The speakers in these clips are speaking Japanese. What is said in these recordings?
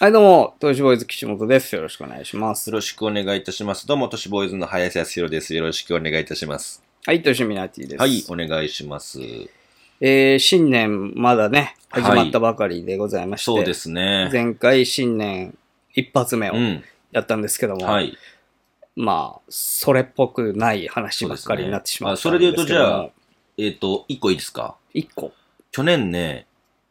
はい、どうも、トヨシボーイズ岸本です。よろしくお願いしますよ。ろしくお願いいたします。どうも、都市ボーイズの林康弘です。よろしくお願いいたします。はい、トヨシミナティです。はい、お願いします。えー、新年まだね、はい始まったばかりでございまして、そうですね。前回新年一発目をうん。やったんですけども、はい。まあ、それっぽくない話ばっかりになってしまったそうですねあそれで言うとじゃああ、えっ、と、一個いいですか一個、去年ね、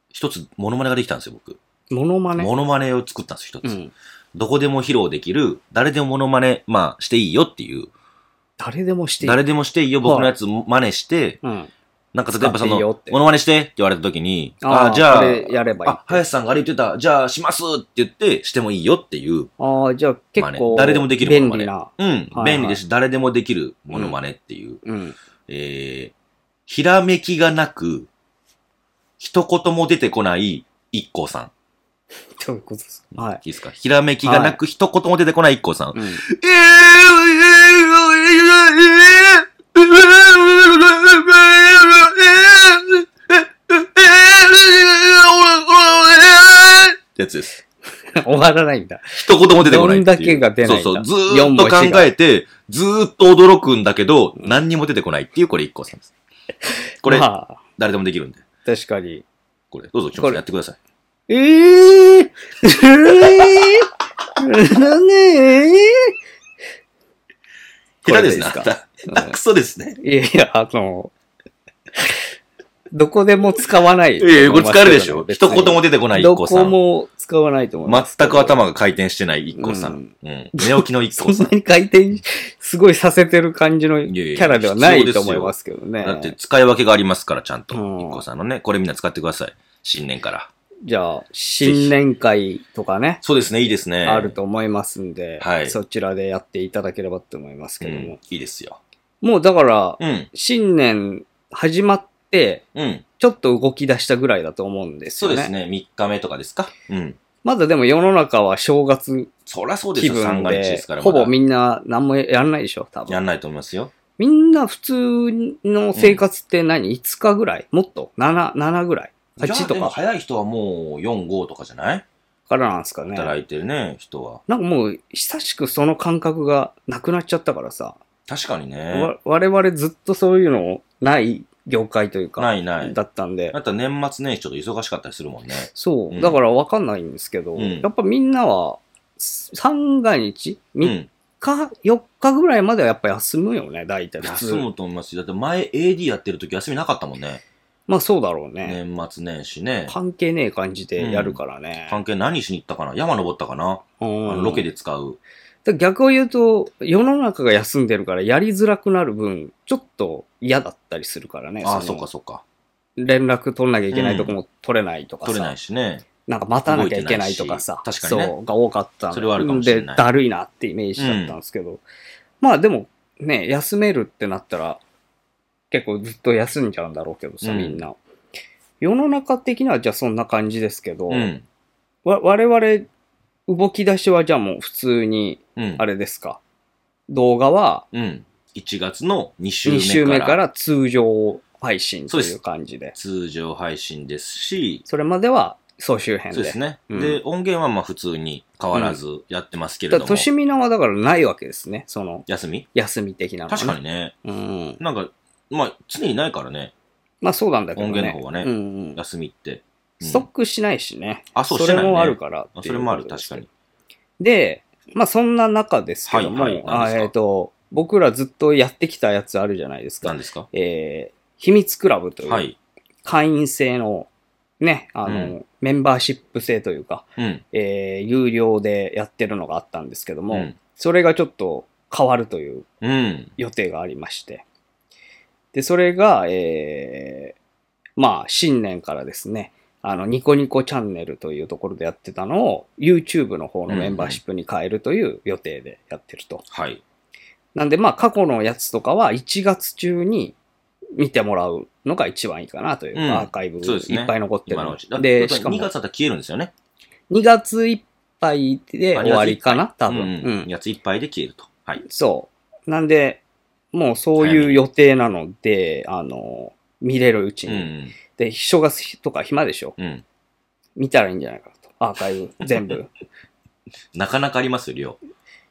一つモノマネができたんですよ、僕。モノマネ。モノマネを作ったんですよ、う一つ、ん。どこでも披露できる、誰でもモノマネ、まあ、していいよっていう。誰でもしていい。誰でもしていいよ、僕のやつ真似して、うん。なんか例えば使そっていの、いよってモノマネしてって言われた時に、ああーあー、じゃあ、これやればいいあ、林さんがあれ言ってた、じゃあしますって言って、してもいいよっていう。ああ、じゃあまあ結ね構、誰でもできるも便のまで利な。うん、はい便利ですし、誰でもできるモノマネっていう。うん。 えー、ひらめきがなく、一言も出てこない一光さん。どういうことですかはいい。ですかひらめきがなく、一言も出てこない一光さん。うん。 やつです。終わらないんだ。一言も出てこないっていう。どんだけが出ないんだそうそう。ず四ーっと文字が考えて、ずーっと驚くんだけど、何にも出てこないっていう、これ一個 さんです。これ、まあ、誰でもできるんで。確かに。これ、どうぞ、ちこょれやってください。ええええー、ねこれで下手でいいすですな。か あクソですね。え。いやいや、あの、どこでも使わない。いやいや、これ使えるでしょ。別一に言も出てこないど一個さこん。も使わないと思います。全く頭が回転してない一個さうんん。うん。寝起きの一 そ個んさんな。に回転、すごいさせてる感じのキいやいやャラではないと思いますけどね。だって使い分けがありますから、ちゃんと。うん一個さんのね。これみんな使ってください。新年から。じゃあ、新年会とかね、そうですね、いいですね。あると思いますんで、はいそちらでやっていただければと思いますうけどもん。。いいですよ。もうだから、うん。新年始まって、うん。ちょっと動き出したぐらいだと思うんですそようね。ですね。3日目とかですかうん。まだでも世の中は正月そらそうです気よ、分三が日でですか、ら。ほぼみんみんな何もやらないでしょ、多や分。んないと思いますよ。みんな普通の生活って何、?5 日ぐらいもっと ?7、7ぐらいじゃあ ?8 とでもか早い人はもう4、5とかじゃないからなんですかね。働いてるね、人は。なんかもう、久しくその感覚がなくなっちゃったからさ、確かにね。わ我々ずっとそういうのない業界というか、ないない。だったんで、あと年末年始ちょっと忙しかったりするもんね。そう、うんだから分かんないんですけど、うんやっぱみんなは、三が日う ?3 ん。日、4日ぐらいまではやっぱ休むよね、大体普通。休むと思いますよだって前 AD やってる時休みなかったもんね。まあそうだろうね。年末年始ね。関係ねえ感じでやるからね。関係何しに行ったかな山登ったかなあうんのロケで使う。だから逆を言うと、世の中が休んでるからやりづらくなる分、ちょっと嫌だったりするからね。ああ、のそっかそっか。連絡取んなきゃいけないとこも取れないとかさ。取れないしね。なんか待たなきゃいけないとかさ、動いてないし確かにねそう、が多かったんでそれはあるかもしれないで、だるいなってイメージだったんですけど、まあでも、ね、休めるってなったら、結構ずっと休んじゃうんだろうけどさ、うんみんな。世の中的にはじゃあそんな感じですけど、うん。わ我々、動き出しはじゃあもう普通に、うん。あれですか、動画はうん。1月の2週2目週目かからら通常配信とそういでうす感じで、そ通常配信ですし、れまでは総集編そうで。ですね。うんで、音源はまあ普通に変わらずやってますけれだかども。ら、としみなはだからないわけですね、その、休み休み的なのはね確かにね。うん。なんか、まあ常にないからね、まあそうなんだけどね。音源の方はねうんうん休みって。うんストックしないしね。あそうそれしてないもねあるからあそれもある、っていうことです確かに。。で、まあそんな中ですけども、はいはい何あですかえっ、と、僕らずっとやってきたやつあるじゃないですか何。ですかえー、秘密クラブといはうい。会員制の、ね、あの、うメンバーシップ制というか、うん。えー、有料でやってるのがあったんですけども、うんそれがちょっと変わるといううん。予定がありまして。で、それが、えーまあ、新年からですね、あの、ニコニコチャンネルというところでやってたのを、YouTube の方のメンバーシップに変えるという予定でやってると。はい。なんで、まあ、過去のやつとかは1月中に見てもらうのが一番いいかなというか、うんアーカイブそうですねいっぱい残ってる今ののうち。だで、だしかも2月だったら消えるんですよね。 2月いっぱいで終わりかな、多分。うん。うん2月いっぱいで消えると。はい。そう。なんで、もうそういう予定なので、あの、見れるうちうに。ん。で、正月とか暇でしょうん。見たらいいんじゃないかと。アーカイブ、全部。 なかなかありますよ、量。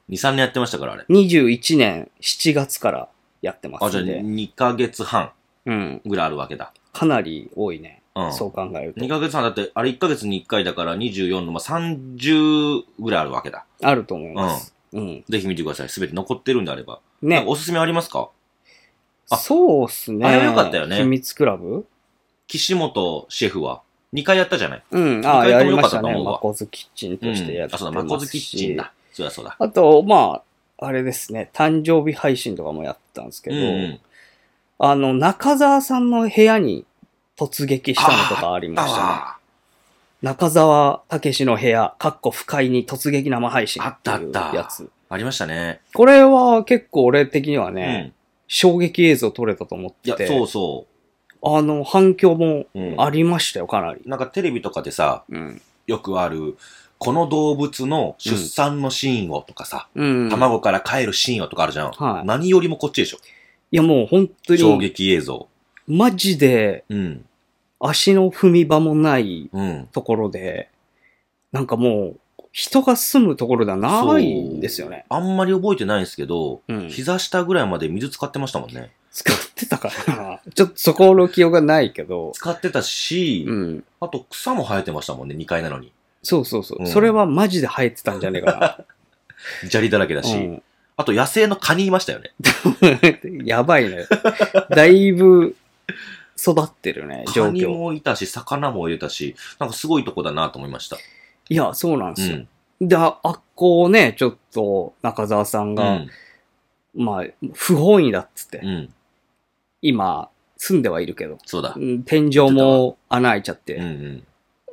2、3年やってましたから、あれ。 21年7月からやってまあ、じすゃあんで。 2ヶ月半うん。ぐらいあるわけだ。かなり多いね。うん。そう考える2と。ヶ月半だって、あれ1ヶ月に1回だから24の、まあ、30ぐらいあるわけだ。あると思います。うん。ぜひ見てください。すべて残ってるんであれば。なんねか。おすすめありますかあそうっすね。あれは良かったよね秘密クラブ岸本シェフは2回やったじゃないうん。ああ、意や外とり良まかしったたとね。思うわマコズキッチンとしてやってますあ、し。そうだ、マコズキッチンだ。そうだそうだ。あと、まあ、あれですね。誕生日配信とかもやったんですけうんど、うん。あの、中澤さんの部屋に突撃したのとかありあましたね。わ中澤武の部屋、かっこ不快に突撃生配信っていうあったあったやつ。ありましたね。これは結構俺的にはうね、ん。衝撃映像撮れたと思っいてや、て、そうそあの、反響もう。うん。ありましたよ、かなり。なんかテレビとかでさ、うん。よくある、この動物の出産のシーンをとかさ、うん。卵から帰るシーンをとかあるじゃん。はい何よりもこっちでしょ。いや、もう本当衝に、撃映像。マジでうん。足の踏み場もないうん。ところで、なんかもう、人が住むところではないんですよね。あんまり覚えてないんですけど、うん膝下ぐらいまで水使ってましたもんね。使ってたからな。ちょっとそこの記憶がないけど、使ってたし、うん。あと草も生えてましたもんね、2階なのに。そうそうそう。うんそれはマジで生えてたんじゃねえか砂利だらけだな。し。うんあと野生のカニいましたよね。 やばいね。だいぶ育ってる ね、状カニ況。もいたし、魚もいたし、なんかすごいとこだなと思いました。いや、そうなんでうすよ。ん。で、ああっこをね、ちょっと中澤さんうが、ん。まあ、不本意だっつって、うん。今、住んではいるけど、そうだう。ん天井も穴開いちゃって、うんうん。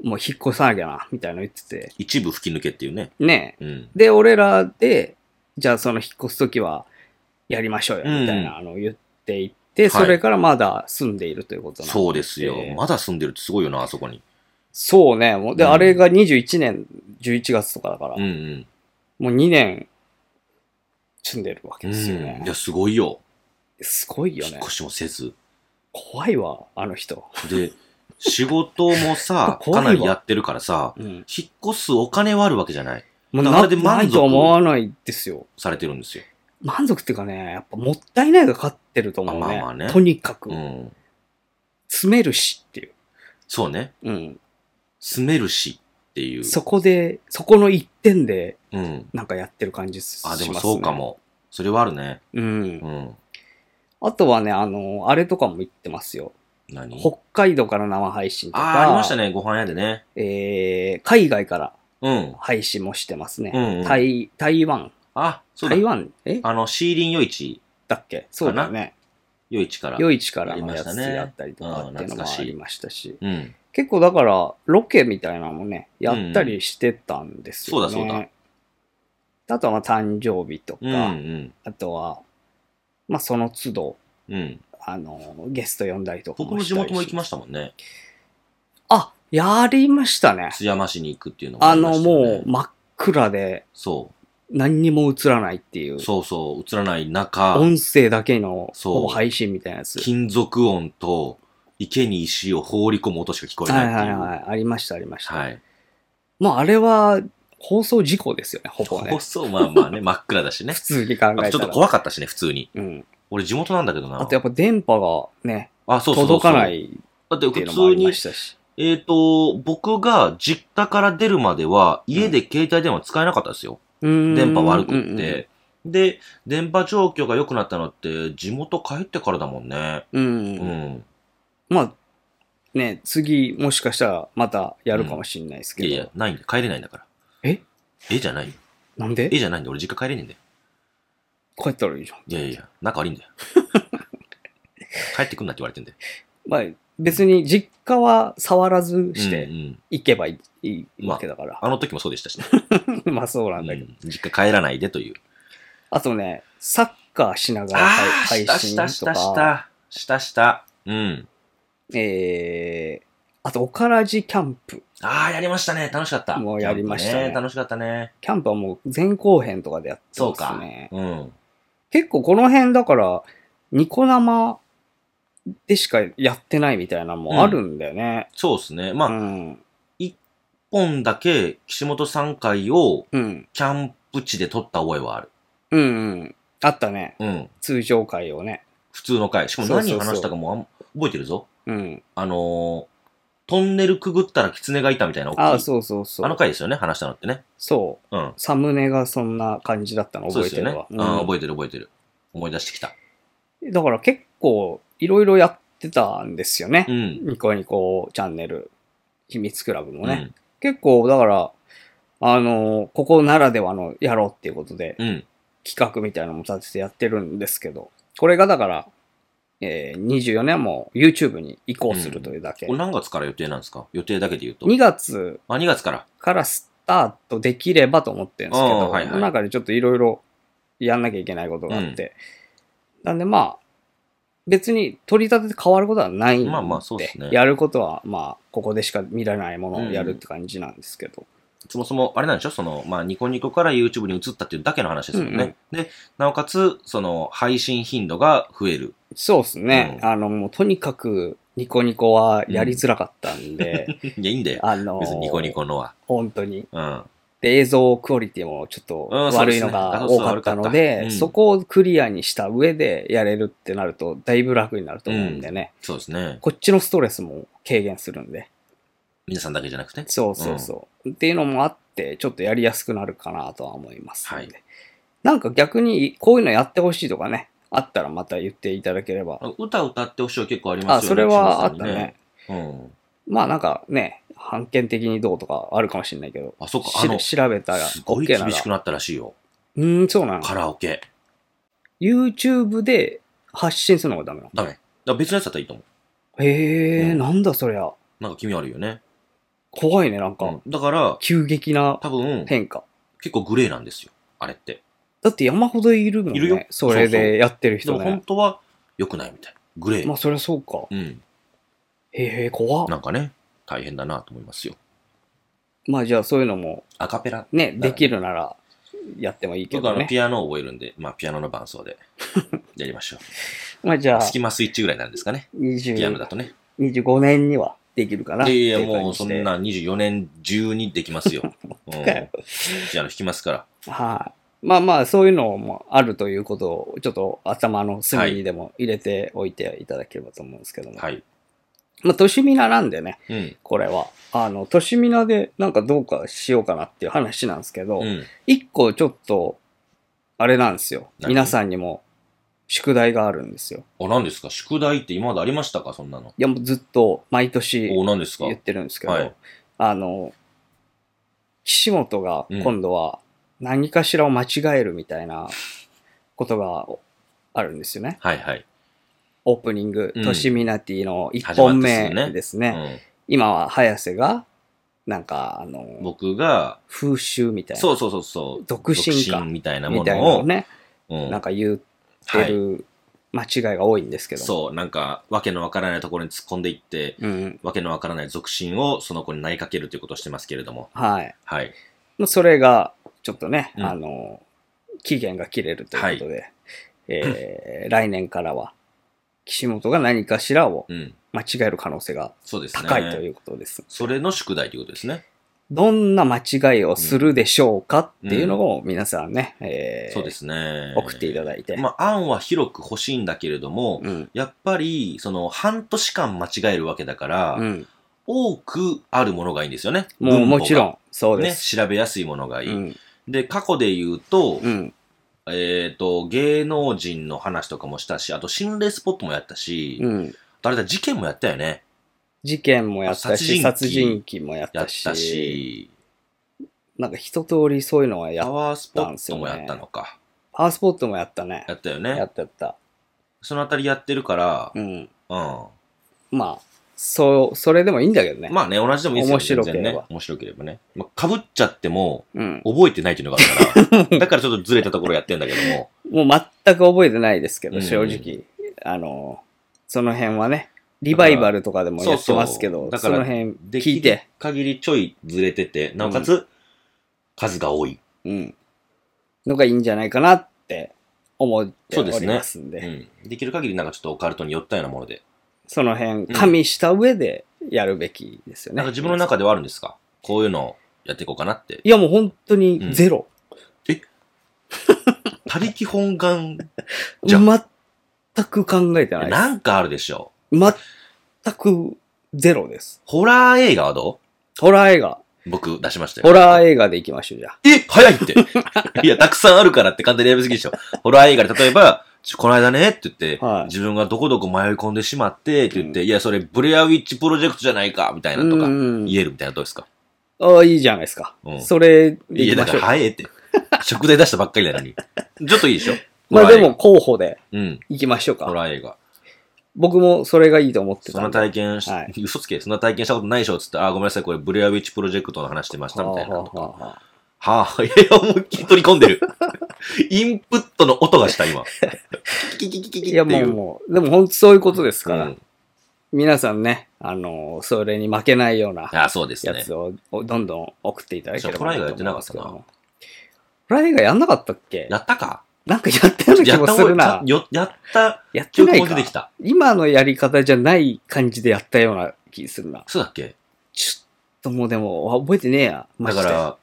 もう引っ越さなきゃな、みたいなの言ってて、一部吹き抜けっていうね。ね。うん。で、俺らで、じゃあその引っ越すときは、やりましょうよ、みたいなのを言っていって、いそれからまだ住んでいるということなんでそうですよ。えーまだ住んでるってすごいよな、あそこに。そうね。もうで、うんあれが21年11月とかだから、うんうん。もう2年住んでるわうけん。ですよねい。や、すごいよ。すごいよ引っね越。しもせず。怖いわ、あの人。、で、仕事もさか 怖いわなりやってるからさ、うん。引っ越すお金はあるわけじゃない。もうだからあなれで満な足いとは思わないですよ。されてるんですよ。満足っていうかね、やっぱもったいないが勝ってると思うね。あまあまあねとにかくう、ん。詰めるしっていう。そうね。うん。住めるしっていう。そこで、そこの一点で、うん。なんかやってる感じしまあ、すね。でもそうか。も。それはあるね。うんう。ん。あとはね、あの、あれとかも言ってますよ。何北海道から生配信とあか。あー、ありましたね、ご飯屋でね。えー海外からうん。配信もしてますね。うんうん台台湾。あ、そうだ台。湾えあの、シーリン夜市、だっけそうだよね。夜市から。夜市からやりのまやしたつねやったりとかっていうのもあー懐かしいありましたし。うん。結構だから、ロケみたいなのもね、やったりしてたんですよね。うんうんそうだそうだ。あとはまあ誕生日とか、うんうん。あとは、まあその都度、うん。あの、ゲスト呼んだりとか僕もの地したりし元も行きましたもんね。あ、やりましたね。津山市に行くっていうのもありまの、したよねもう真っ暗でそ何にも映らないっていうう。。そうそう。映らない中、音声だけのそうほぼ配信みたいなやつ。金属音と、池に石を放り込む音しか聞こえはないいって。はいいうはい。ありました、ありました。はい。まあ、あれは放送事故ですよね、ほぼね放。送、まあま あね、真っ暗だしね普。通に考えたあら。とちょっと怖かったしね、普通に。うん。俺地元なんだけどな。あとやっぱ電波がね、あ、そうそうそう届かな。いっだってていうの普もあ通りにましたし。えっ、と、僕が実家から出るまでは、家で携帯電話使えなかったですよ。電電波悪くって。。で、電波状況が良くなったのって、地元帰ってからだもんね。うんうん。うん。まあ、ね、次もしかしたらまたやるかもしれないですいやいけやど。、ないんで、帰れないんだから。ええじゃないよ。なんでえじゃないんで、俺実家帰れねえんだよ。こうやったらいいじゃん。いやいや、仲悪い んだよ。帰ってくんなって言われてんだよ。まあ、別に実家は触らずしうてんうんいけばいいいいわけだから。あの時もそうでしたしね。 まあそうなんだけど。うん実家帰らないでという。あとね、サッカーしながらああ、配配した信しとたか、したした。したした。うん。えー、あと、おからじキャンプ。ああ、やりましたね。楽しかった。もうやりましたねキャンプ楽しかったね。キャンプはもう前後編とかでやってそうますか。ね。うん。結構この辺だから、ニコ生でしかやってないみたいなのもあるんだよね。そうですね。うまあ、ん。本だけ岸本さん会をうん。キャンプ地で撮った覚えはある。うんうん。あったね。うん。通常会をね。普通の会。しかもそうそう何そう話したかもあん覚えてるぞ。うん。あのートンネルくぐったら狐がいたみたいな大きいああ、そうそうそう。あの回ですよね、話したのってね。そうんう。。サムネがそんな感じだったのそう覚えですてよるね。わ。うん、覚えてる覚えてる。思い出してきた。うんだから結構いろいろやってたんですよねう。ん。ニコニコチャンネル、秘密クラブもね。うん結構だから、あの、ここならではのやろうっていうことで、うん。企画みたいなのも立ててやってるんですけど、これがだから、えー24年も YouTube に移行するというだけ。これ何月から予定なんですか予定だけで言うと。 2月あ、2月から。からスタートできればと思ってるんですけああど、はいはいこの中でちょっといろいろやんなきゃいけないことがあって、なんでまあ、別に取り立てて変わることはないんで、まあまあそうですねやることはまあ、ここでしか見られないものをやるって感じなんですけど、そもそも、あれなんでしょその、まあ、ニコニコから YouTube に移ったっていうだけの話ですもんね。で、なおかつ、その、配信頻度が増える。そうですね、うんあの、もうとにかくニコニコはやりづらかったんで、 いや、いいんだよ。あの、別にニコニコのは。本当に。うん。で、映像クオリティもちょっとうんそう悪でいすねのが多かったので、そうそう悪かったうんそこをクリアにした上でやれるってなると、だいぶ楽になると思うんでね、そうですね。こっちのストレスも軽減するんで、皆さんだけじゃなくて。そうそうそう。っていうのもあって、ちょっとやりやすくなるかなとは思いますので、はいなんか逆にこういうのやってほしいとかね、あったらまた言っていただければ。あ歌歌ってほしいは結構ありまあ、すそよね。れはあった岸ね。本さんにね。うん。まあなんかね、判件的にどうとかあるかもしれないけど、あ、そっか、あしの、調べたらすごい OK な厳らしく。なったらしいよ。うーん、そうなの。カラオケ。 YouTube で発信するのがダメなの。ダメ。だから別のやつだったらいいと思へえ、うんなんだそりゃ。う。なんか気味悪いよね。怖いね、なんか。うんだから、急激な多分、変化。結構グレーなんですよ。あれって。だって山ほどいるもんね。いるよそれでやってるで人もね。本当は良くないみたい。グレー。まあそりゃそうか。うん。へえ、怖っなんかね、大変だなと思いますよ。まあじゃあそういうのもアカペラ。ね、だからできるならやってもいいけ僕あどの、ね。ピアノを覚えるんで、まあ、ピアノの伴 奏でやりましょまあじゃう。あスキマスイッチぐらいなんですかね。ピアノだ20とね。 25年にはできるかな。いやいってや、感じでもうそん。な24年中にできま すよ。うん。ピかよアノ弾きますから。はい。まあまあそういうのもあるということをちょっと頭の隅にでも入れておいていただければと思うんですけども。はい。まあ、としみななんでね、うん。これは。あの、としみなでなんかどうかしようかなっていう話なんですけど、うん。一個ちょっと、あれなんですよ。何皆さんにも宿題があるんですよ。お、何ですか宿題って今までありましたかそんなの。いや、もうずっと毎年お、何ですか言ってるんですけど、はいあの、岸本がうん今度は何かしらを間違えるみたいなことがあるんですよね。はいはい。オープニングうん、としみなティの1本目始まってすぐねですうね。ん。今は早瀬が、なんか、あの、僕が、風習みたいな。そうそうそうそう。独身か独身みたいなもみたいなののを、をね、うんなんか言ってる間違いが多いんですけど。そう、なんか、わけのわからないところに突っ込んでいって、うん。わけのわからない属心をその子に投げかけるということをしてますけれども。はい。はい。まあそれが、ちょっとね、うんあの、期限が切れるということで、 えー来年からは、岸本が何かしらをうん。間違える可能性がそうですね。高いということです。それの宿題ということですね。どんな間違いをするでしょうかっていうのを皆さんね、えーそうですね。送っていただいて。まあ、案は広く欲しいんだけれども、うん。やっぱり、その、半年間間違えるわけだから、うん。多くあるものがいいんですよね。もうもちろん。ん、そうでね、す。調べやすいものがいい。うん。で、過去で言うと、うん。えっ、と、芸能人の話とかもしたし、あと心霊スポットもやったし、うん。誰だ、事件もやったよね。事件もやったし、殺殺人人鬼鬼もやっやったし、たし、なんか一通りそういうのはやパっワースポットもやったのか。パワースポットもやったね。やったよやね。ったやった。そのあたりやってるから、ううん。ん。まあ、そう、それでもいいんだけどね。まあね、同じでもいいですよ面白ね。ければ全然ね。面白ければね。まあ、被っちゃっても、うん。覚えてないっていうのがある から、だからちょっとずれたところやってんだけども、もう全く覚えてないですけうど、ん正直。あの、その辺はね、リバイバルとかでもやってますけど、だかそらの辺で聞きいてる。限りちょいずれてて、なおかつ、数が多い。うん。のがいいんじゃないかなって思っておりますんで、そうん。できる限りなんかちょっとオカルトに寄ったようなもので。の辺加味した上でやるべきですよね。なんか自分の中ではあるんですかこういうのをやっていこうか なって。いやもう本当にゼロ。他力本願、じゃ全く考えてないでなんかあるでしょ。す。全くゼロです。ホラー映画はどホラー映画。う僕出しましたよ。ホラー映画で行きましょう、じゃあ。え早いって いや、たくさんあるからって簡単にやりすぎでしょ。ホラー映画で例えば、ちょこの間ねって言って、はい自分がどこどこ迷い込んでしまってって言って、いや、それブレアウィッチプロジェクトじゃないか、みたいなとか、うん言えるみたいなどうですかああ、いいじゃないですか。うんそれでい行きや、だまかしょらう。早えって。食材出したばっかりなのに。ちょっといいでしょ まあホでラー映画も候補でうん。行きましょうホか。ラー映画。僕もそれがいいと思ってそたんなんで。体験し、はい嘘つけ、そんな体験したことないでしょつって、あー、ごめんなさい、これブレアウィッチプロジェクトの話してましたみたいなとか。はあはあはあはぁ、いや、思いっきり取り込んでる。 インプットの音がした、今。キキキキキキいキやってもいうう。もう、でも本当そういうことですから、うん皆さんね、あの、それに負けないようなあーそうですやねつ。をどんどん送っていただければそうトライがやってなかったなと思うんですけどもトライがやんなかったっけやったかなんかやったような気やっもたす方るがな。よやったやって記な憶いも出かてきた。今のやり方じゃない感じでやったような気するな。そうだっけちょっともうでも、あ覚えてねえや。マだジでから、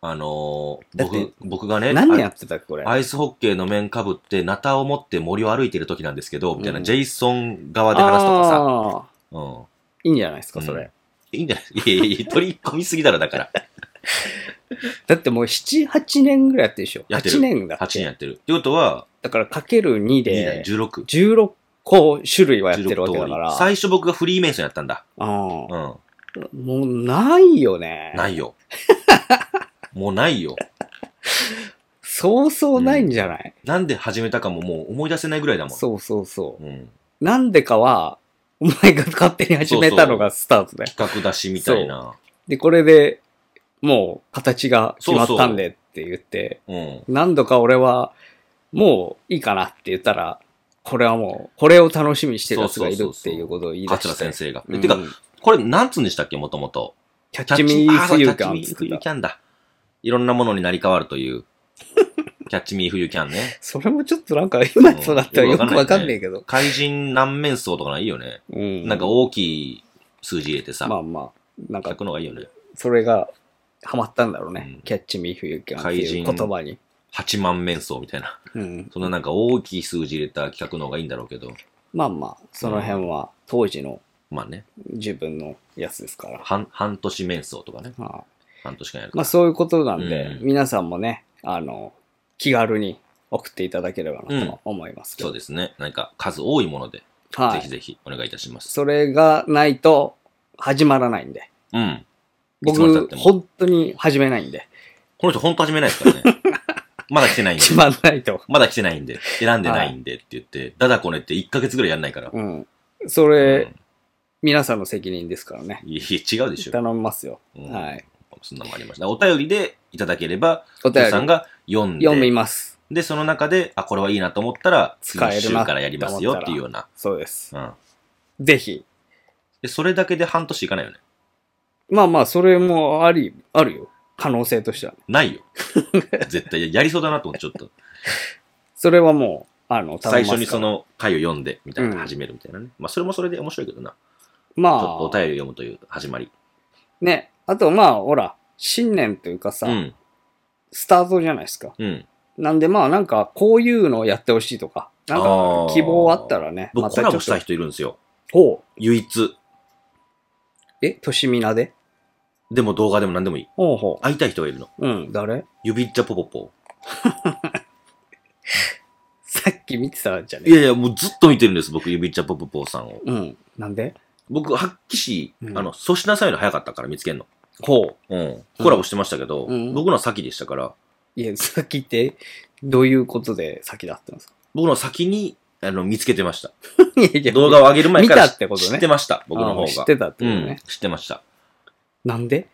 あのーだって僕、僕がね、何年やってたっけこれ。アイスホッケーの面かぶって、ナタを持って森を歩いてる時なんですけど、みたいな、うんジェイソン側で話すとかさ。あーうん。いいんじゃないですか、それ。うんいいんじゃないいやいやいや、取り込みすぎだろ、だから。だってもう7、8年ぐらいやってるでしょ。やってる8年だ8っ年て。やってる。ってことは、だからかける2 2代で、 16。 16個種類はやってる16わ通けりだから。最初僕がフリーメイソンやったんだ。うんうん。もうないよね。な いよ。もうないよ。そうそうないんじゃない、なんで始めたかももう思い出せないぐらいだもん。。そうそうそうん。う。なんでかは、お前が勝手に始めたのがスタートだよ。企画出しみたいな。で、これでもう形が決まったんでって言って、うん。何度か俺はもういいかなって言ったら、これはもう、これを楽しみにしてる奴がいるっていうことを言い出して。桂先生が。うんてか、これなんつうんでしたっけ、もともと。キャキッチミーフユーキャャンッチミー作フっユーた。キャンだ。いろんなものになり変わると いう。キャッチミーフユーキャンね。それもちょっとなんか今となってはうんよよくくわわかかんねんなえいけど。怪人何面相とかないいよね。うんなんか大きい数字入れてさ、まあまあ、なん書かくのがいいよね。それがハマったんだろうね。うんキャッチミーフユーキャンっていう言葉に。 8万面相みたいな。うん、そんななんか大きい数字入れた企画の方がいいんだろうけど。まあまあ、その辺は当時のまあね。自分のやつですから。半、半年面相とかね。はあ半年間やるかまあら。そういうことなんで、うん皆さんもね、あの、気軽に送っていただければなと思いますけど。そうですね。なんか数多いもので、はぜいひ。ぜひお願いいたします。それがないと始まらないんで。うん。いつまで経っ僕、ても本当に始めないんで。この人本当始めないですからね。 まだ来てないんで。始まらないと。まだ来てないんで、選んでないんでって言って、だだこねって1ヶ月ぐらいやんないから。うん。それ、皆さんの責任ですからね。うんいやいや違うでしょ。頼みますよ。うんはい。そんなのもありました。お便りでいただければ、おお父便さんりが読んで、読みます。で、その中で、あ、これはいいなと思ったら、使えるな次の週からやりますよっていうような。そうです。うん。ぜひ。で、それだけで半年いかないよね。まあまあ、それもあり、あるよ。可能性としては。な いよ。絶対、やりそうだなと思って、ちょっと。それはもう、あの、頼最みますから初にそ、の回を読んで、みたいな、うん始めるみたいなね。まあ、それもそれで面白いけどな。ちょっまとおあ、便りを読むという始まり。ね、あとまあ、ほら、新年というかさ、うん。スタートじゃないですか。うん。なんでまあ、なんか、こういうのをやってほしいとか、なんかあ、ー希望あったらね、ま僕、コラボしたいと。人いるんですよ。ほう。唯一。え、としみなででも動画でも何でもいい。ほうほ会いたい人がいるの。う。うん、誰指っちゃぽぽぽ。さっき見てたんじゃねいやいや、もうずっと見てるんです、僕、指っちゃぽぽぽさんを。うん。なんで僕、はっきし、うんあの、粗品さんより早かったから見つけんの。ほう。うん。コラボしてましたけど、うん僕のは先でしたから、いや、先って、どういうことで先だったんです か僕のは先に、あの、見つけてました。いやいや動画を上げる前から見たってことね知ってました、僕の方あが。知ってたってことうんね。、知ってました。なんで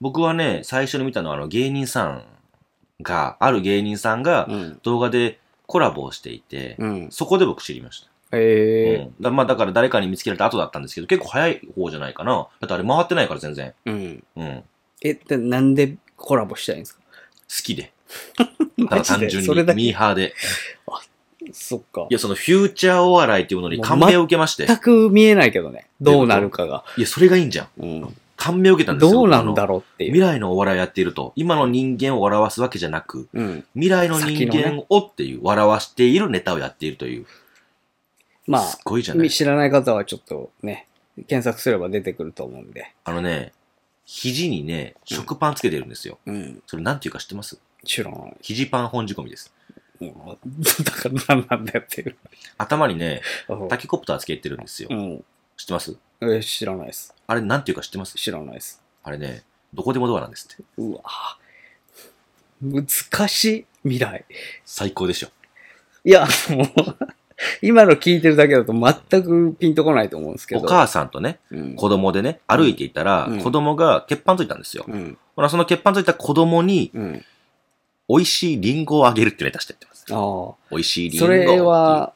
僕はね、最初に見たのは、あの、芸人さんが、ある芸人さんがうん。動画でコラボをしていて、うん。そこで僕知りました。えうんだまあ、だから誰かに見つけられた後だったんですけど、結構早い方じゃないかな。だってあれ回ってないから全然。ーうん。うん。好え、でなんでコラボしたいんですかきで。たマだジ単で純にそれだけミーハーで。そっかい。や、そのフューチャーお笑いっていうものに感銘を受けまして。全く見えないけどね。どうなるかが。いや、それがいいんじゃん。うん。感銘を受けたんですよ。どうなん僕あだのろうってい未う。来のお笑いをやっていると。今の人間を笑わすわけじゃなく、うん。未来の人間をっていう、笑わしているネタをやっているという。まあすっ、ごいじゃない知らない方はちょっとね、検索すれば出てくると思うんで。あのね、肘にね、食パンつけてるんですよ。うん。それなんていうか知ってます知らない。肘パン本仕込みです。もうだから何なんだよっていう。頭にね、うんタケコプターつけてるんですよう。ん。知ってますえ、知らないです。あれなんていうか知ってます知らないです。あれね、どこでもドアなんですって。うわ難しい未来。最高でしょ。いや、もう、今の聞いてるだけだと全くピンとこないと思うんですけど。お母さんとね、うん、子供でね、歩いていたら、うん子供が血板ついたんですよ。うん。ほら、その血板ついた子供に、うん。美味しいリンゴをあげるってネタしてやってます。ああ。美味しいリンゴ。それ、は、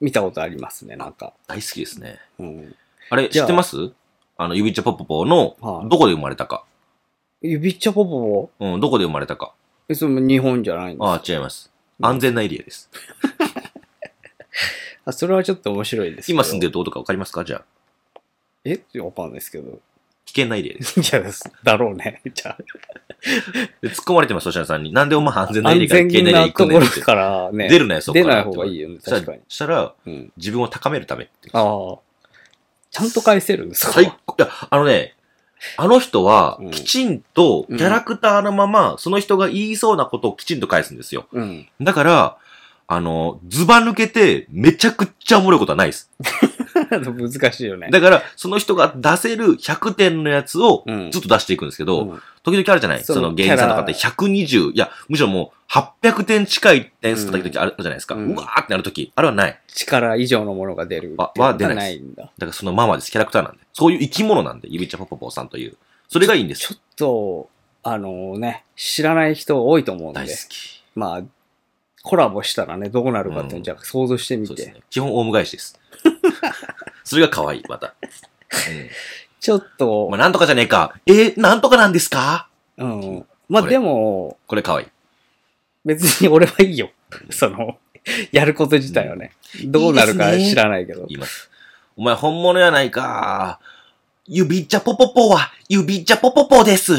見たことありますね、なんか。大好きですね。うん。あれ、じ知ゃあってますあの、指ちゃぽぽぽのは、いどこで生まれたか。指茶ポポうん、どこで生まれたか。え、それも日本じゃないんですかああ、違います。安全なエリアです。あ、それはちょっと面白いですけど。今住んでるとことかわかりますかじゃあ、る。えわかんないですけど。 危険なエリアです。いや、だろうね。 じゃで突っ込まれてます、粗品さんに。なんでお前安全あ、なエ安リアから全危気険なエリアな行くとねこんろって。からね。出るなよ、そこ出から。ない方がいいよね、そ確したからに。したら、うん。自分を高めるためって。ああ。ちゃんと返せるんですか最高。いや、あのね、あの人はうん、きちんと、キうんャラクターのまま、その人が言いそうなことをきちんと返すんですよ。うん。 だから、あの、ズバ抜けて、めちゃくちゃおもろいことはないです。難しいよね。だから、その人が出せる100点のやつをうん、ずっと出していくんですけど、うん時々あるじゃないそそのの芸人さんとかってキャ120、いや、むしろもう800点近い点数叩く時あるじゃないですか。ううんわーってなる時、あれはない。力以上のものが出るあってうのは出ないですんだ。だからそのままです。キャラクターなんで。そういう生き物なんで、ゆびちゃぽぽぽさんという。それがいいんですちょよ。っと、あのね、知らない人多いと思うん大で好、き。まあ、コラボしたらね、どうなるかっていうのをじゃあ想像してみそうですて、ね。基本オウム返しです。 それが可愛い、また。ちょっうとん。まあ、、なんとかじゃねえか。えー、なんとかなんですかうん。まあこれでも、これ可愛い。別に俺はいいよ。 その、やること自体はね。どうなるか知らないけど。言います。お前本物やないか。指じゃぽぽぽは、指じゃぽぽぽです。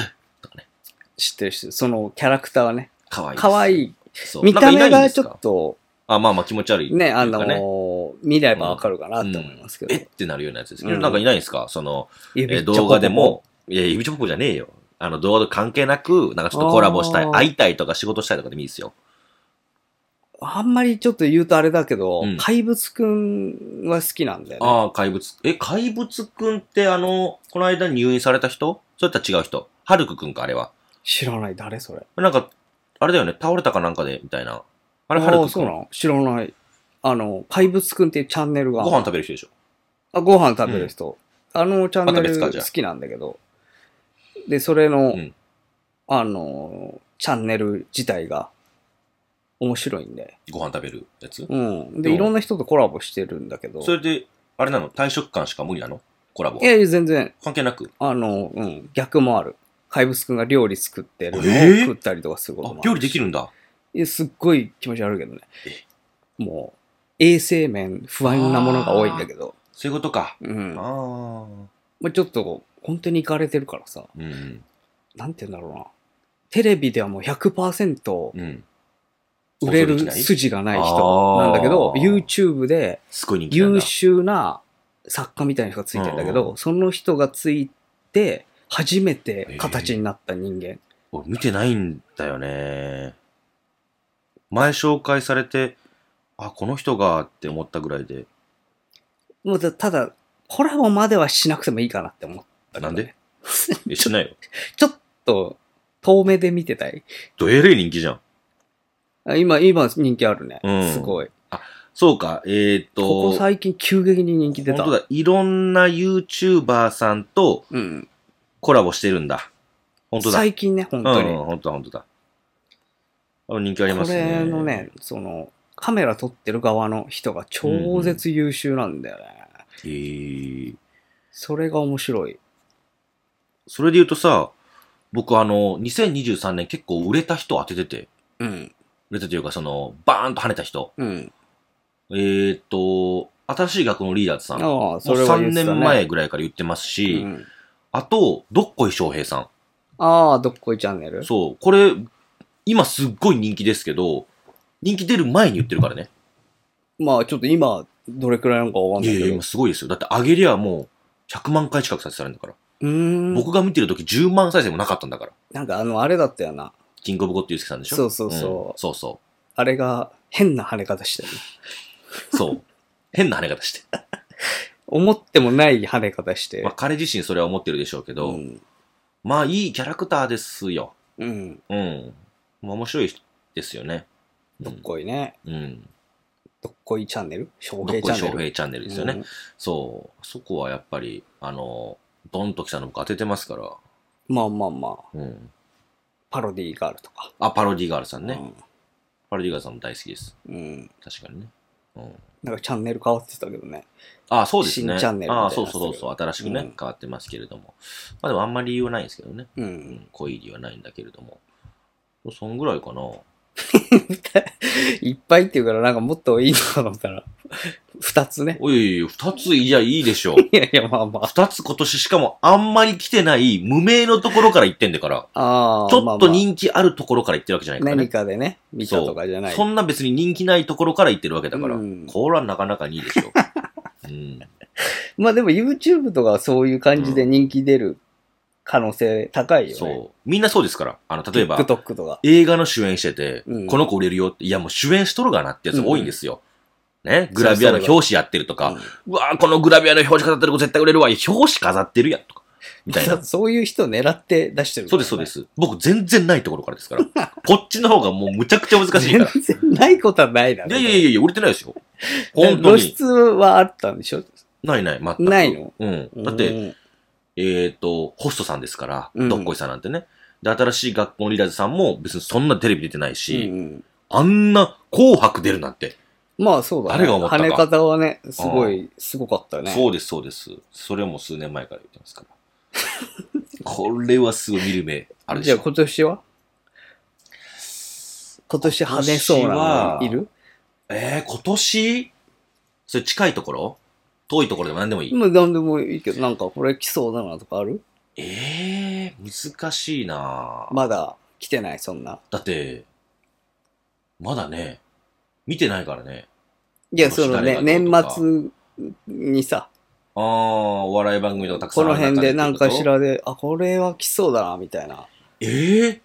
知ってる人、そのキャラクターはね、可愛いです。可愛い。い。見た目がちょっと。と、あ、まあまあ気持ち悪い。ね、あのなんかねー見ればわかるかなって思いますけどえ。ってなるようなやつですけど、うんなんかいないんですかその、え指ーちょこちょこ動画で。も、いや、指ちょぽぽじゃねえよ。あの、動画と関係なく、なんかちょっとコラボしたあい、ー会いたいとか仕事したいとかでもいいですよ。あんまりちょっと言うとあれだけど、うん怪物くんは好きなんだよね。ああ、怪物。え、怪物くんってあの、この間入院された人それとは違う人。ハルクくんか、あれは。知らない、誰それ。なんか、あれだよね、倒れたかなんかで、みたいな。あれ、ハルあクあ、そうく。なんの知らない。あの、怪物くんっていうチャンネルが。ご飯食べる人でしょ。あご飯食べる人。あのチャンネまた別ルか好じゃあきなんだけど。で、それの、うんあの、チャンネル自体が面白いんで。ご飯食べるやつ。うん。で、うんいろんな人とコラボしてるんだけど。それで、あれなの退職感しか無理なのコラボい。やいや、全然、関係なく。あの、うん、逆もある。怪物くんが料理作ってるのをえー食ったりとかすることあもあ、るし。料理できるんだ。いや、すっごい気持ち悪いけどね。もう、衛生面不安なものが多いんだけど。そういうことか。うん。ああま。あ、ちょっと、本当に行かれてるからさ。うん。なんて言うんだろうな。テレビではもう100%うん。売れる放送できない筋がない人なんだけど、あー YouTube ですごい人気なん優だ。秀な作家みたいな人がついてんだけうんど、うその人がついて、初めて形になった人間。俺見てないんだよね。前紹介されて、あ、この人がって思ったぐらいで。もうだただ、コラボまではしなくてもいいかなって思った、な んでえ、してないよ。ちょっと、遠目で見てたい。どえれい人気じゃん。あ今、今人気あるね。うんすごい。そうか、えーっと。ここ最近急激に人気出た。本当だ、いろんな YouTuber さんとうん。コラボしてるんだ。本当だ。最近ね、本当に。うん、本当だ、本当だ。あ人気ありますこね。れのね、その、カメラ撮ってる側の人が超絶優秀なんだよね。えーそれが面白い。それで言うとさ、僕あの、2023年結構売れた人当ててて、うん。売れたというかその、バーンと跳ねた人。うん。えーっと、新しい学のリーダーズさん。もああ、うそれは言3ってたね年前ぐらいから言ってますし、うんあと、どっこい翔平さああ、どっこいチャンネルん。そう、これ、今すっごい人気ですけど、人気出る前に言ってるからね。まあ、ちょっと今、どれくらいなのかわかんいないやいけや、ど今。すごいですよ。だって上げりゃもう、100万回近く再生されるんだから。うーん。僕が見てる時10万再生もなかったんだから。なんかあの、あれだったよな。キングオブゴッドユースケさんでしょそうそうそううんそうそあれが変な跳ね方してる。う。そう。変な跳ね方して。思ってもない跳ね方して。まあ彼自身それは思ってるでしょうけど、うん。まあいいキャラクターですよ。うん。うん。まあ面白いですよね。うどっん。こいね。うん、どっこいチャンネル翔どっ平こチャンいネ翔ル。平チャンネルですよね。うんそう。そこはやっぱり、あの、ドンときたの僕当ててますから。まあまあまあ。うん。パロディーガールとか。あ、パロディガールさんね。パロディガールさんも大好きです。うん。うん。確かにね。うん。なんかチャンネル変わってたけどね。あそうですね。新チャンネルみたいなあやつそうそうそうそう。新しくね、うん変わってますけれども。まあでもあんまり理由はないんですけどね。う。うんん、濃い理由はないんだけれども。そんぐらいかな。いっぱいっていうから、なんかもっといいのかと思ったら、二つね。おいおいおい、二ついやいいでしょう。いやいや、まあまあ。二つ今年しかもあんまり来てない無名のところから行ってんだから。ああ。ちょっとまあまあ人気あるところから行ってるわけじゃないから何ね。かでね、見たとかじゃない。そんな別に人気ないところから行ってるわけだから。うんこれはなかなかにいいでしょう。 うん。まあでも YouTube とかはそういう感じで人気出る可能性高いよね。そう。みんなそうですから。あの、例えば、 TikTok とか。映画の主演してて、うんこの子売れるよって、いやもう主演しとるがなってやつ多いんですよ。ね、グラビアの表紙やってるとか、うわーこのグラビアの表紙飾ってる子絶対売れるわ、いや表紙飾ってるやんとか、みたいな。 そういう人狙って出してる、。そうです、そうですす。僕全然ないところからですから。こっちの方がもうむちゃくちゃ難しいから。全然ないことはないだろ。いやいやいやいや、売れてないです よ。で本当露に。出はあったんでしょないない、全く。ないのうん。だって、うんえっ、と、ホストさんですから、うんどっこいさんなんてね。で、新しい学校のリーダーズさんも別にそんなテレビ出てないし、うんあんな紅白出るなんて。まあそうだね。誰が思ったか跳ね方はね、すごい、すごかったね。そうです、そうです。それはもう数年前から言ってま すから。これはすごい見る目あるでじしゃあょ。今年は今年跳ねそうなのいるえー、今年それ近いところ遠いところでも何でもいい。今何でもいいけど、なんかこれ来そうだなとかあるえー、難しいなぁまだ来てない、そんな。だって、まだね、見てないからね。いや、そのね、年年がどうとか末にさ、あー、お笑い番組とかたくさこんあのる辺で何かしん。らで、あ、これは来そうだな、みたいな。えー、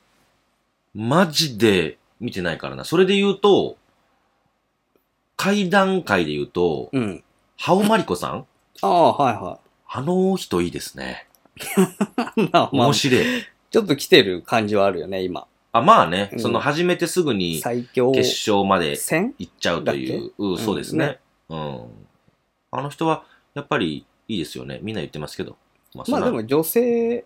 マジで見てないからな。それで言うと、階段階で言うと、うん。ハオマリコさんああ、はいはあの人いいですね。い。 まあまあ、面ち白い。ょっと来てる感じはあるよね、今。あ、まあねう、んその始めてすぐに最強決勝まで戦行っちゃうという、うんけそうですね。うん。あの人は、やっぱりいいですよね。みんな言ってますけど。まあまあでいも女性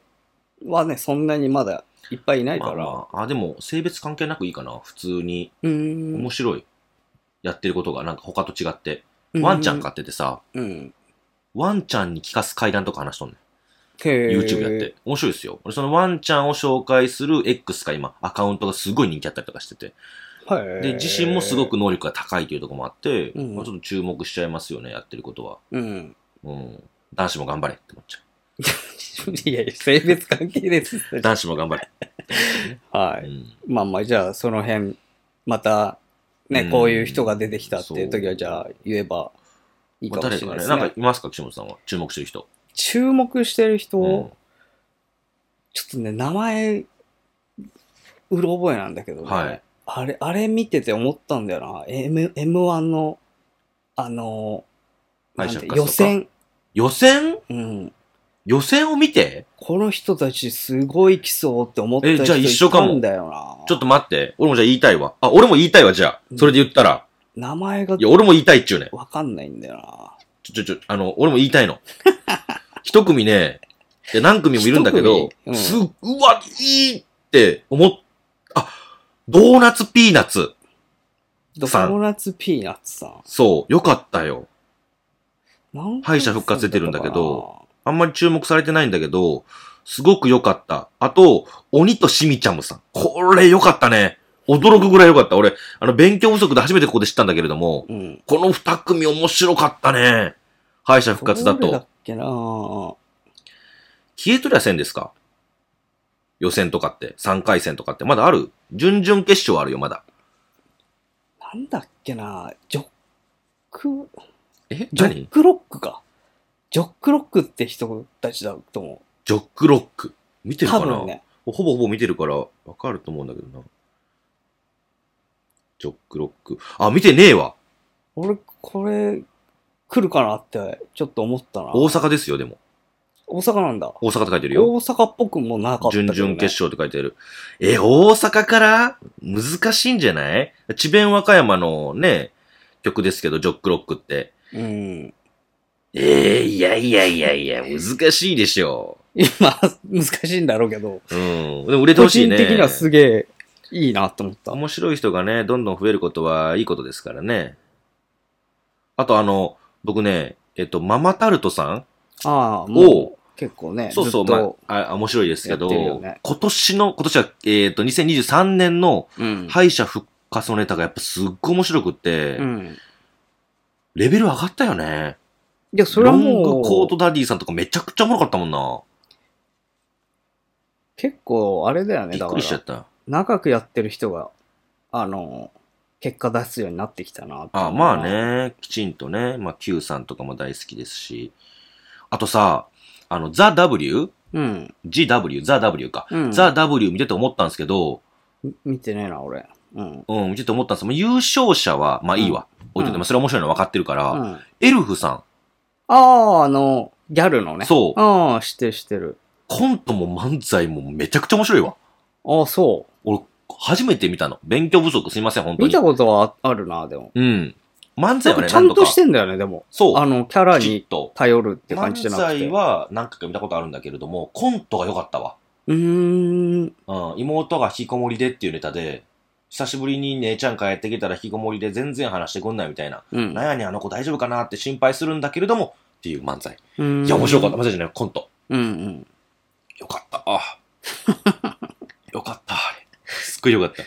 はね、そんなにまだいっぱいいないまかあ、ら。まあ、あ、でも性別関係なくいいかな。普通に。うーん面白い。やってることが、なんか他と違って。ワンちゃん。飼っててさ、うんうん。ワンちゃんに聞かす階段とか話しとんねん。へえ YouTube やって。。面白いですよ。俺そのワンちゃんを紹介する X が今、アカウントがすごい人気あったりとかしてて。へえで、自身もすごく。能力が高いというところもあって、うんまあ、ちょっと注目しちゃいますよね、やってることは。うん。 うん。男子も頑張れって思っちゃいやいや、性別関係です。 う。男子も頑張れ。はうい。ん。まあまあ、じゃあその辺、また、うね、んこういう人が出てきたっていう時そうは、じゃあ言えばいいまかあ、も誰しれないかね、ですなんかねい。ますか、岸本さんは。注目してる人。注目してる人、うんちょっとね、名前、うろ覚えなんだけど、ねはいあれ、あれ見てて思ったんだよな。M、M1 の、あの、なんて敗者復活とか予選。予選うん。予選を見てこの人たちすごい来そうって思ったえ人じゃあ一緒いかたもんだよな。ちょっと待って。俺もじゃあ言いたいわ。あ、俺も言いたいわ、じゃあ。それで言ったら。名前がいや、俺も言いたいっちゅうねん。わかんないんだよな。ちょ、ちょ、ちょ、あの、俺も言いたいの。 一組ね、いや何組もいるんだけど一、組うんす、うわ、いいって思っ、あ、ドーナツピーナツ。ドコさんナツピーナッツさん。そう、よかったよ。何回敗者復活出てるんだけど出あんまり注目されてないんだけど、すごく良かった。あと、鬼としみちゃむさん。これ良かったね。驚くぐらい良かった。俺、あの、勉強不足で初めてここで知ったんだけれどたも、かな。うん。この二組面白かったね。敗者復活だどれだとっ、けな。消えとりゃせんですか予選とかって、3回戦とかって、まだある準々決勝あるよ、まだ。なんだっけな、ジョック、えジョッ何クロックか。ジョックロックって人たちだと思ジョックロック。見う。てる多かな分ね。ほぼほぼ見てるからわかると思うんだけどな。ジョックロック。あ、見てねえわ。俺、これ、来るかなって、ちょっと思ったな。大阪ですよ、でも。大阪なんだ。大阪って書いてるよ。大阪っぽくもなかったけ準ど、ね。々決勝って書いてる。え、大阪から難しいんじゃない智弁和歌山のね、曲ですけど、ジョックロックって。うん。えー、いやいやいやい や、難しいでしょ今、難しいんだろうけど、う。うん。でも売れて個ほしい人ね。的にはすげえいいなと思った。面白い人がね、どんどん増えることはいいことですからね。あとあの、僕ね、えっと、ママタルトさんああ、をも、う結構ね、そうそう、ずっまと、あ、あ面白いですけど、やってるよね今年の、今年は、えっ、と、2023年のうん。敗者復活のネタがやっぱすっごい面白くって、うん。レベル上がったよね。いや、それロはングもコートう、ダディさんとかめちゃくちゃおもろかったもんな。結構、あれだよね、びっだかくりしちゃらっ、た。長くやってる人が、あの、結果出すようになってきたなってあ、まあ。ね、きちんとね、まあ Q さんとかも大好きですし、あとさ、あの、ザ・ W? うん。 GW、ザ・ W か。うん。ザ・ W 見てて思ったんですけど、み見てねえな、俺。うん。うん、見てて思ったんですけど、優勝者は、まあいいわ。置いとういて、んまあそれは面白いの分かってるから、うん、あエルフさあ、あの、ギャルのん、ね。そう、ああ、知ってる知ってる。コントも漫才もめちゃくちゃ面白いわ。ああ、そ俺、初めて見たの。勉強不足すいません、本う。当見にた。ことはああるな、でも。うん。漫な才んはかね、ちゃんとしるてんだよね、でも。そう。あの、キャラきっにと。頼るって感じじ漫ゃなくて。才は何回か見たことあるんだけれども、コントが良かったわ。うーん。うん、妹が引きこもりでっていうネタで、久しぶりに姉ちゃん帰ってきたら引きこもりで全然話してくんないみたいな。うんなんやねん、あの子大丈夫かなって心配するんだけれども、っていう漫才。うん。いや、面白かった。漫才じゃない、コント。うんうん。よかった。あ よかった。あれすっごいよかった。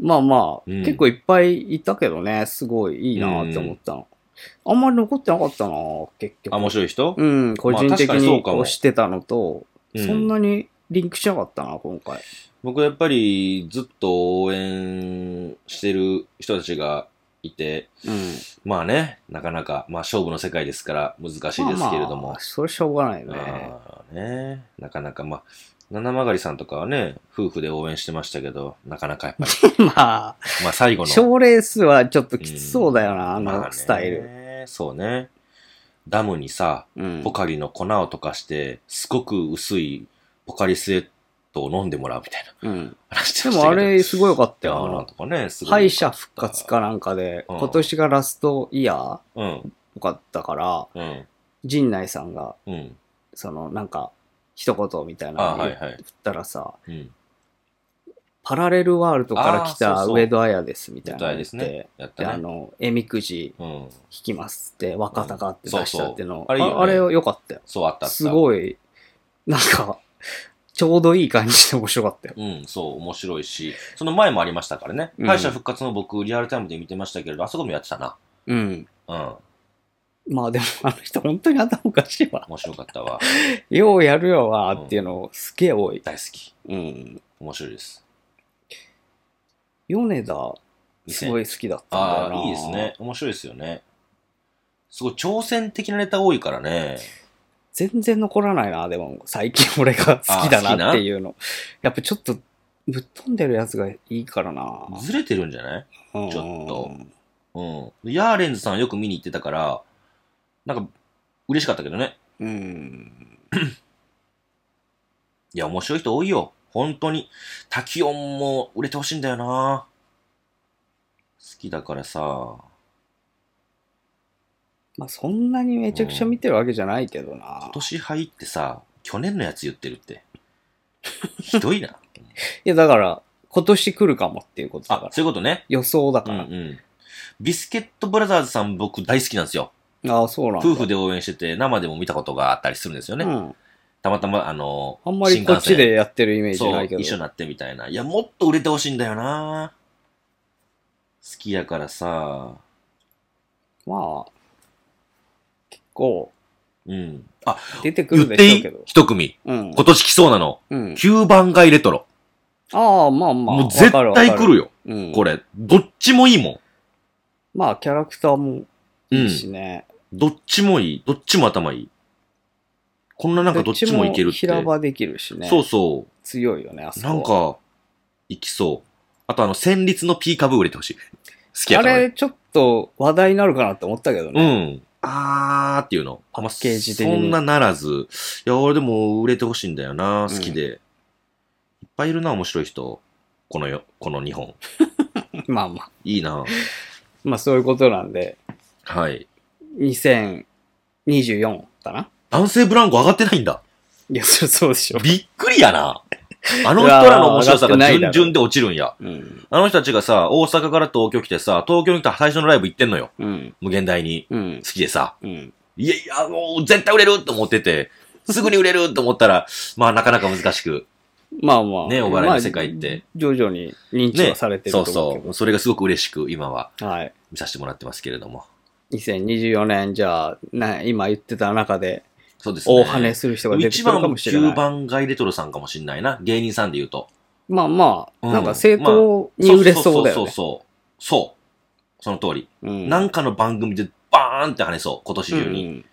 まあまあ、うん結構いっぱいいたけどね、すごいいいなって思ったの。あんまり残ってなかったな、結局。あ、面白い人、うん、個人確的かにそうにかも推してたのと、うんそんなにリンクしなかったな、今回。僕はやっぱりずっと応援してる人たちがいて、うん。まあね、なかなか、まあ勝負の世界ですから難しいですけれどまあまもあ、。それしょうがないね。まあね、なかなかまあ、七曲さんとかはね、夫婦で応援してましたけど、なかなかやっぱ り、まあ、まあ最後の。賞レースはちょっときつそうだよな、あまあねのスタイル。。そうね。ダムにさ、うんポカリの粉を溶かして、すごく薄いポカリスエットを飲んでもらうみたいなう ん。話してでましたもあけどれ、すごいよかったダムなんよ。とかね、すごい。敗者復活かなんかで、うん今年がラストイヤーっうん、ぽかったから、うん、陣内さんが、うん。その、なんか、一言みたいなあ、のは言いっはい。たらさ、うん。パラレルワールドから来あーそうたそう上戸彩ですみたいな答のえ言っですて、ね。やっであたね。の、えみくじうん。引きますって、若鷹ってうん出したっていうの、そうそうあれいいよねああれ良かったよ。そうあったあった。すごい、なんか、ちょうどいい感じで面白かったよ。うん、そう、面白いし、その前もありましたからね。うん敗者復活の僕、リアルタイムで見てましたけれど、あそこもやってたな。うん。うん、まあでも、あの人本当に頭おかしいわ。面白かったわ。ようやるよわーっていうのすげえ多い。大好き。うん。面白いです。米田、すごい。い好きだったんあだよな。あ、いいですね。。面白いですよね。すごい挑戦的なネタ多いからね。全然残らないな、でも、最近俺が好きだあ好きななっていうの。やっぱちょっと、ぶっ飛んでるやつがいいからな。ずれてるんじゃないうんちょっとうん。ヤーレンズさんよく見に行ってたから、なんか、嬉しかったけどね。うん。いや、面白い人多いよ。本当に。タキオンも売れてほしいんだよな。好きだからさ。まあ、そんなにめちゃくちゃ見てるわけじゃないけどな今。年入ってさ、去年のやつ言って るって。ひどいな。いや、だから、今年来るかもっていうことだかあら、。そういうことね。予想だうかんうら。ん。ビスケットブラザーズさん僕大好きなんですよ。ああ、そうなんだ。夫婦で応援してて、生でも見たことがあったりするんですよね。うん。たまたま、あの、あんまりこっちでやってるイメー新幹線ジないけそう、ど。一緒になってみたいな。いや、もっと売れてほしいんだよな。好きやからさ。まあ、結構、うん。あ、出てく言るでっていしょうけいど。一組。うん。今年来そうなの。うん、 9番街レトロ。ああ、まあまあ。もう絶わか対わか来るよ。うん、これ。どっちもいいもまあ、キャラクターもん。ういいん。しね。どっちもいい。どっちも頭いい。こんななんかどっちもいけるって。平場できるしね。そうそ強いよね、あう。そこなはんか、いきそう。あとあの、戦慄のピーカブー売れてほしい。好きやあからね。れ、ちょっと話題になるかなって思ったけどうね。ん。あーっていうの。パッケージ的にそんなならず。いや、俺でも売れてほしいんだよな。好きで。いっぱいいるな、面白い人。このよ、この日本。まあまあ。いいな。まあ、そういうことなんで、はい。 2024かな男性ブランコ上がってないんだ。いや、そりゃそうでしょ。びっくりやな。あの人らの面白さがいやー上がってないだ順ろ々で落ちるんや。うん。あの人たちがさ、大阪から東京来てさ、東京に来た最初のライブ行ってんのよ。うん。無限大に。うん好。きでさ。うん。いやいや、もう絶対売れると思ってて、すぐに売れると思ったら、まあなかなか難しく。まあまあ。ねお笑いの世界ってまあ徐々に認知ね。はされてるそうと思うけそう。それがすごく嬉しく、今はど。はい。見させてもらってますけれども。 2024年、じゃあ、な今言ってた中で、そうですね。大跳ねする人が出て一くる番かももしれな9い。番街レトロさんかもしんないな。芸人さんで言うと。まあまあ、うんなんか正当に売れそうだよそね。うそうそうそう。そう。その通り。うんなんかの番組でバーンって跳ねそう。今年う中に。ん。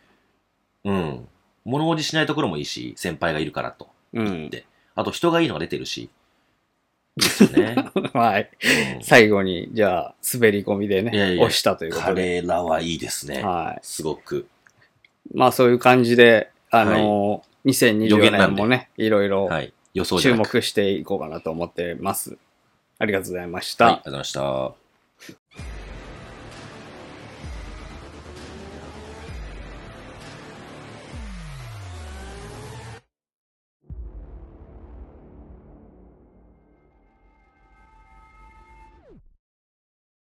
うん。物おじしないところもいいし、先輩がいるからと。うん。あと人がいいのが出てるし。ですよ ね。はい。う最後に、じゃあ、滑り込みでね、いやいや押したといん、うことで。彼らはいいですね。はい。すごく。まあ、そういう感じで、あのー予言2024なん年でもね、いろいろはい。予想じゃ注なく目していこうかなと思ってます。ありがとうございました。はい、ありがとうございました。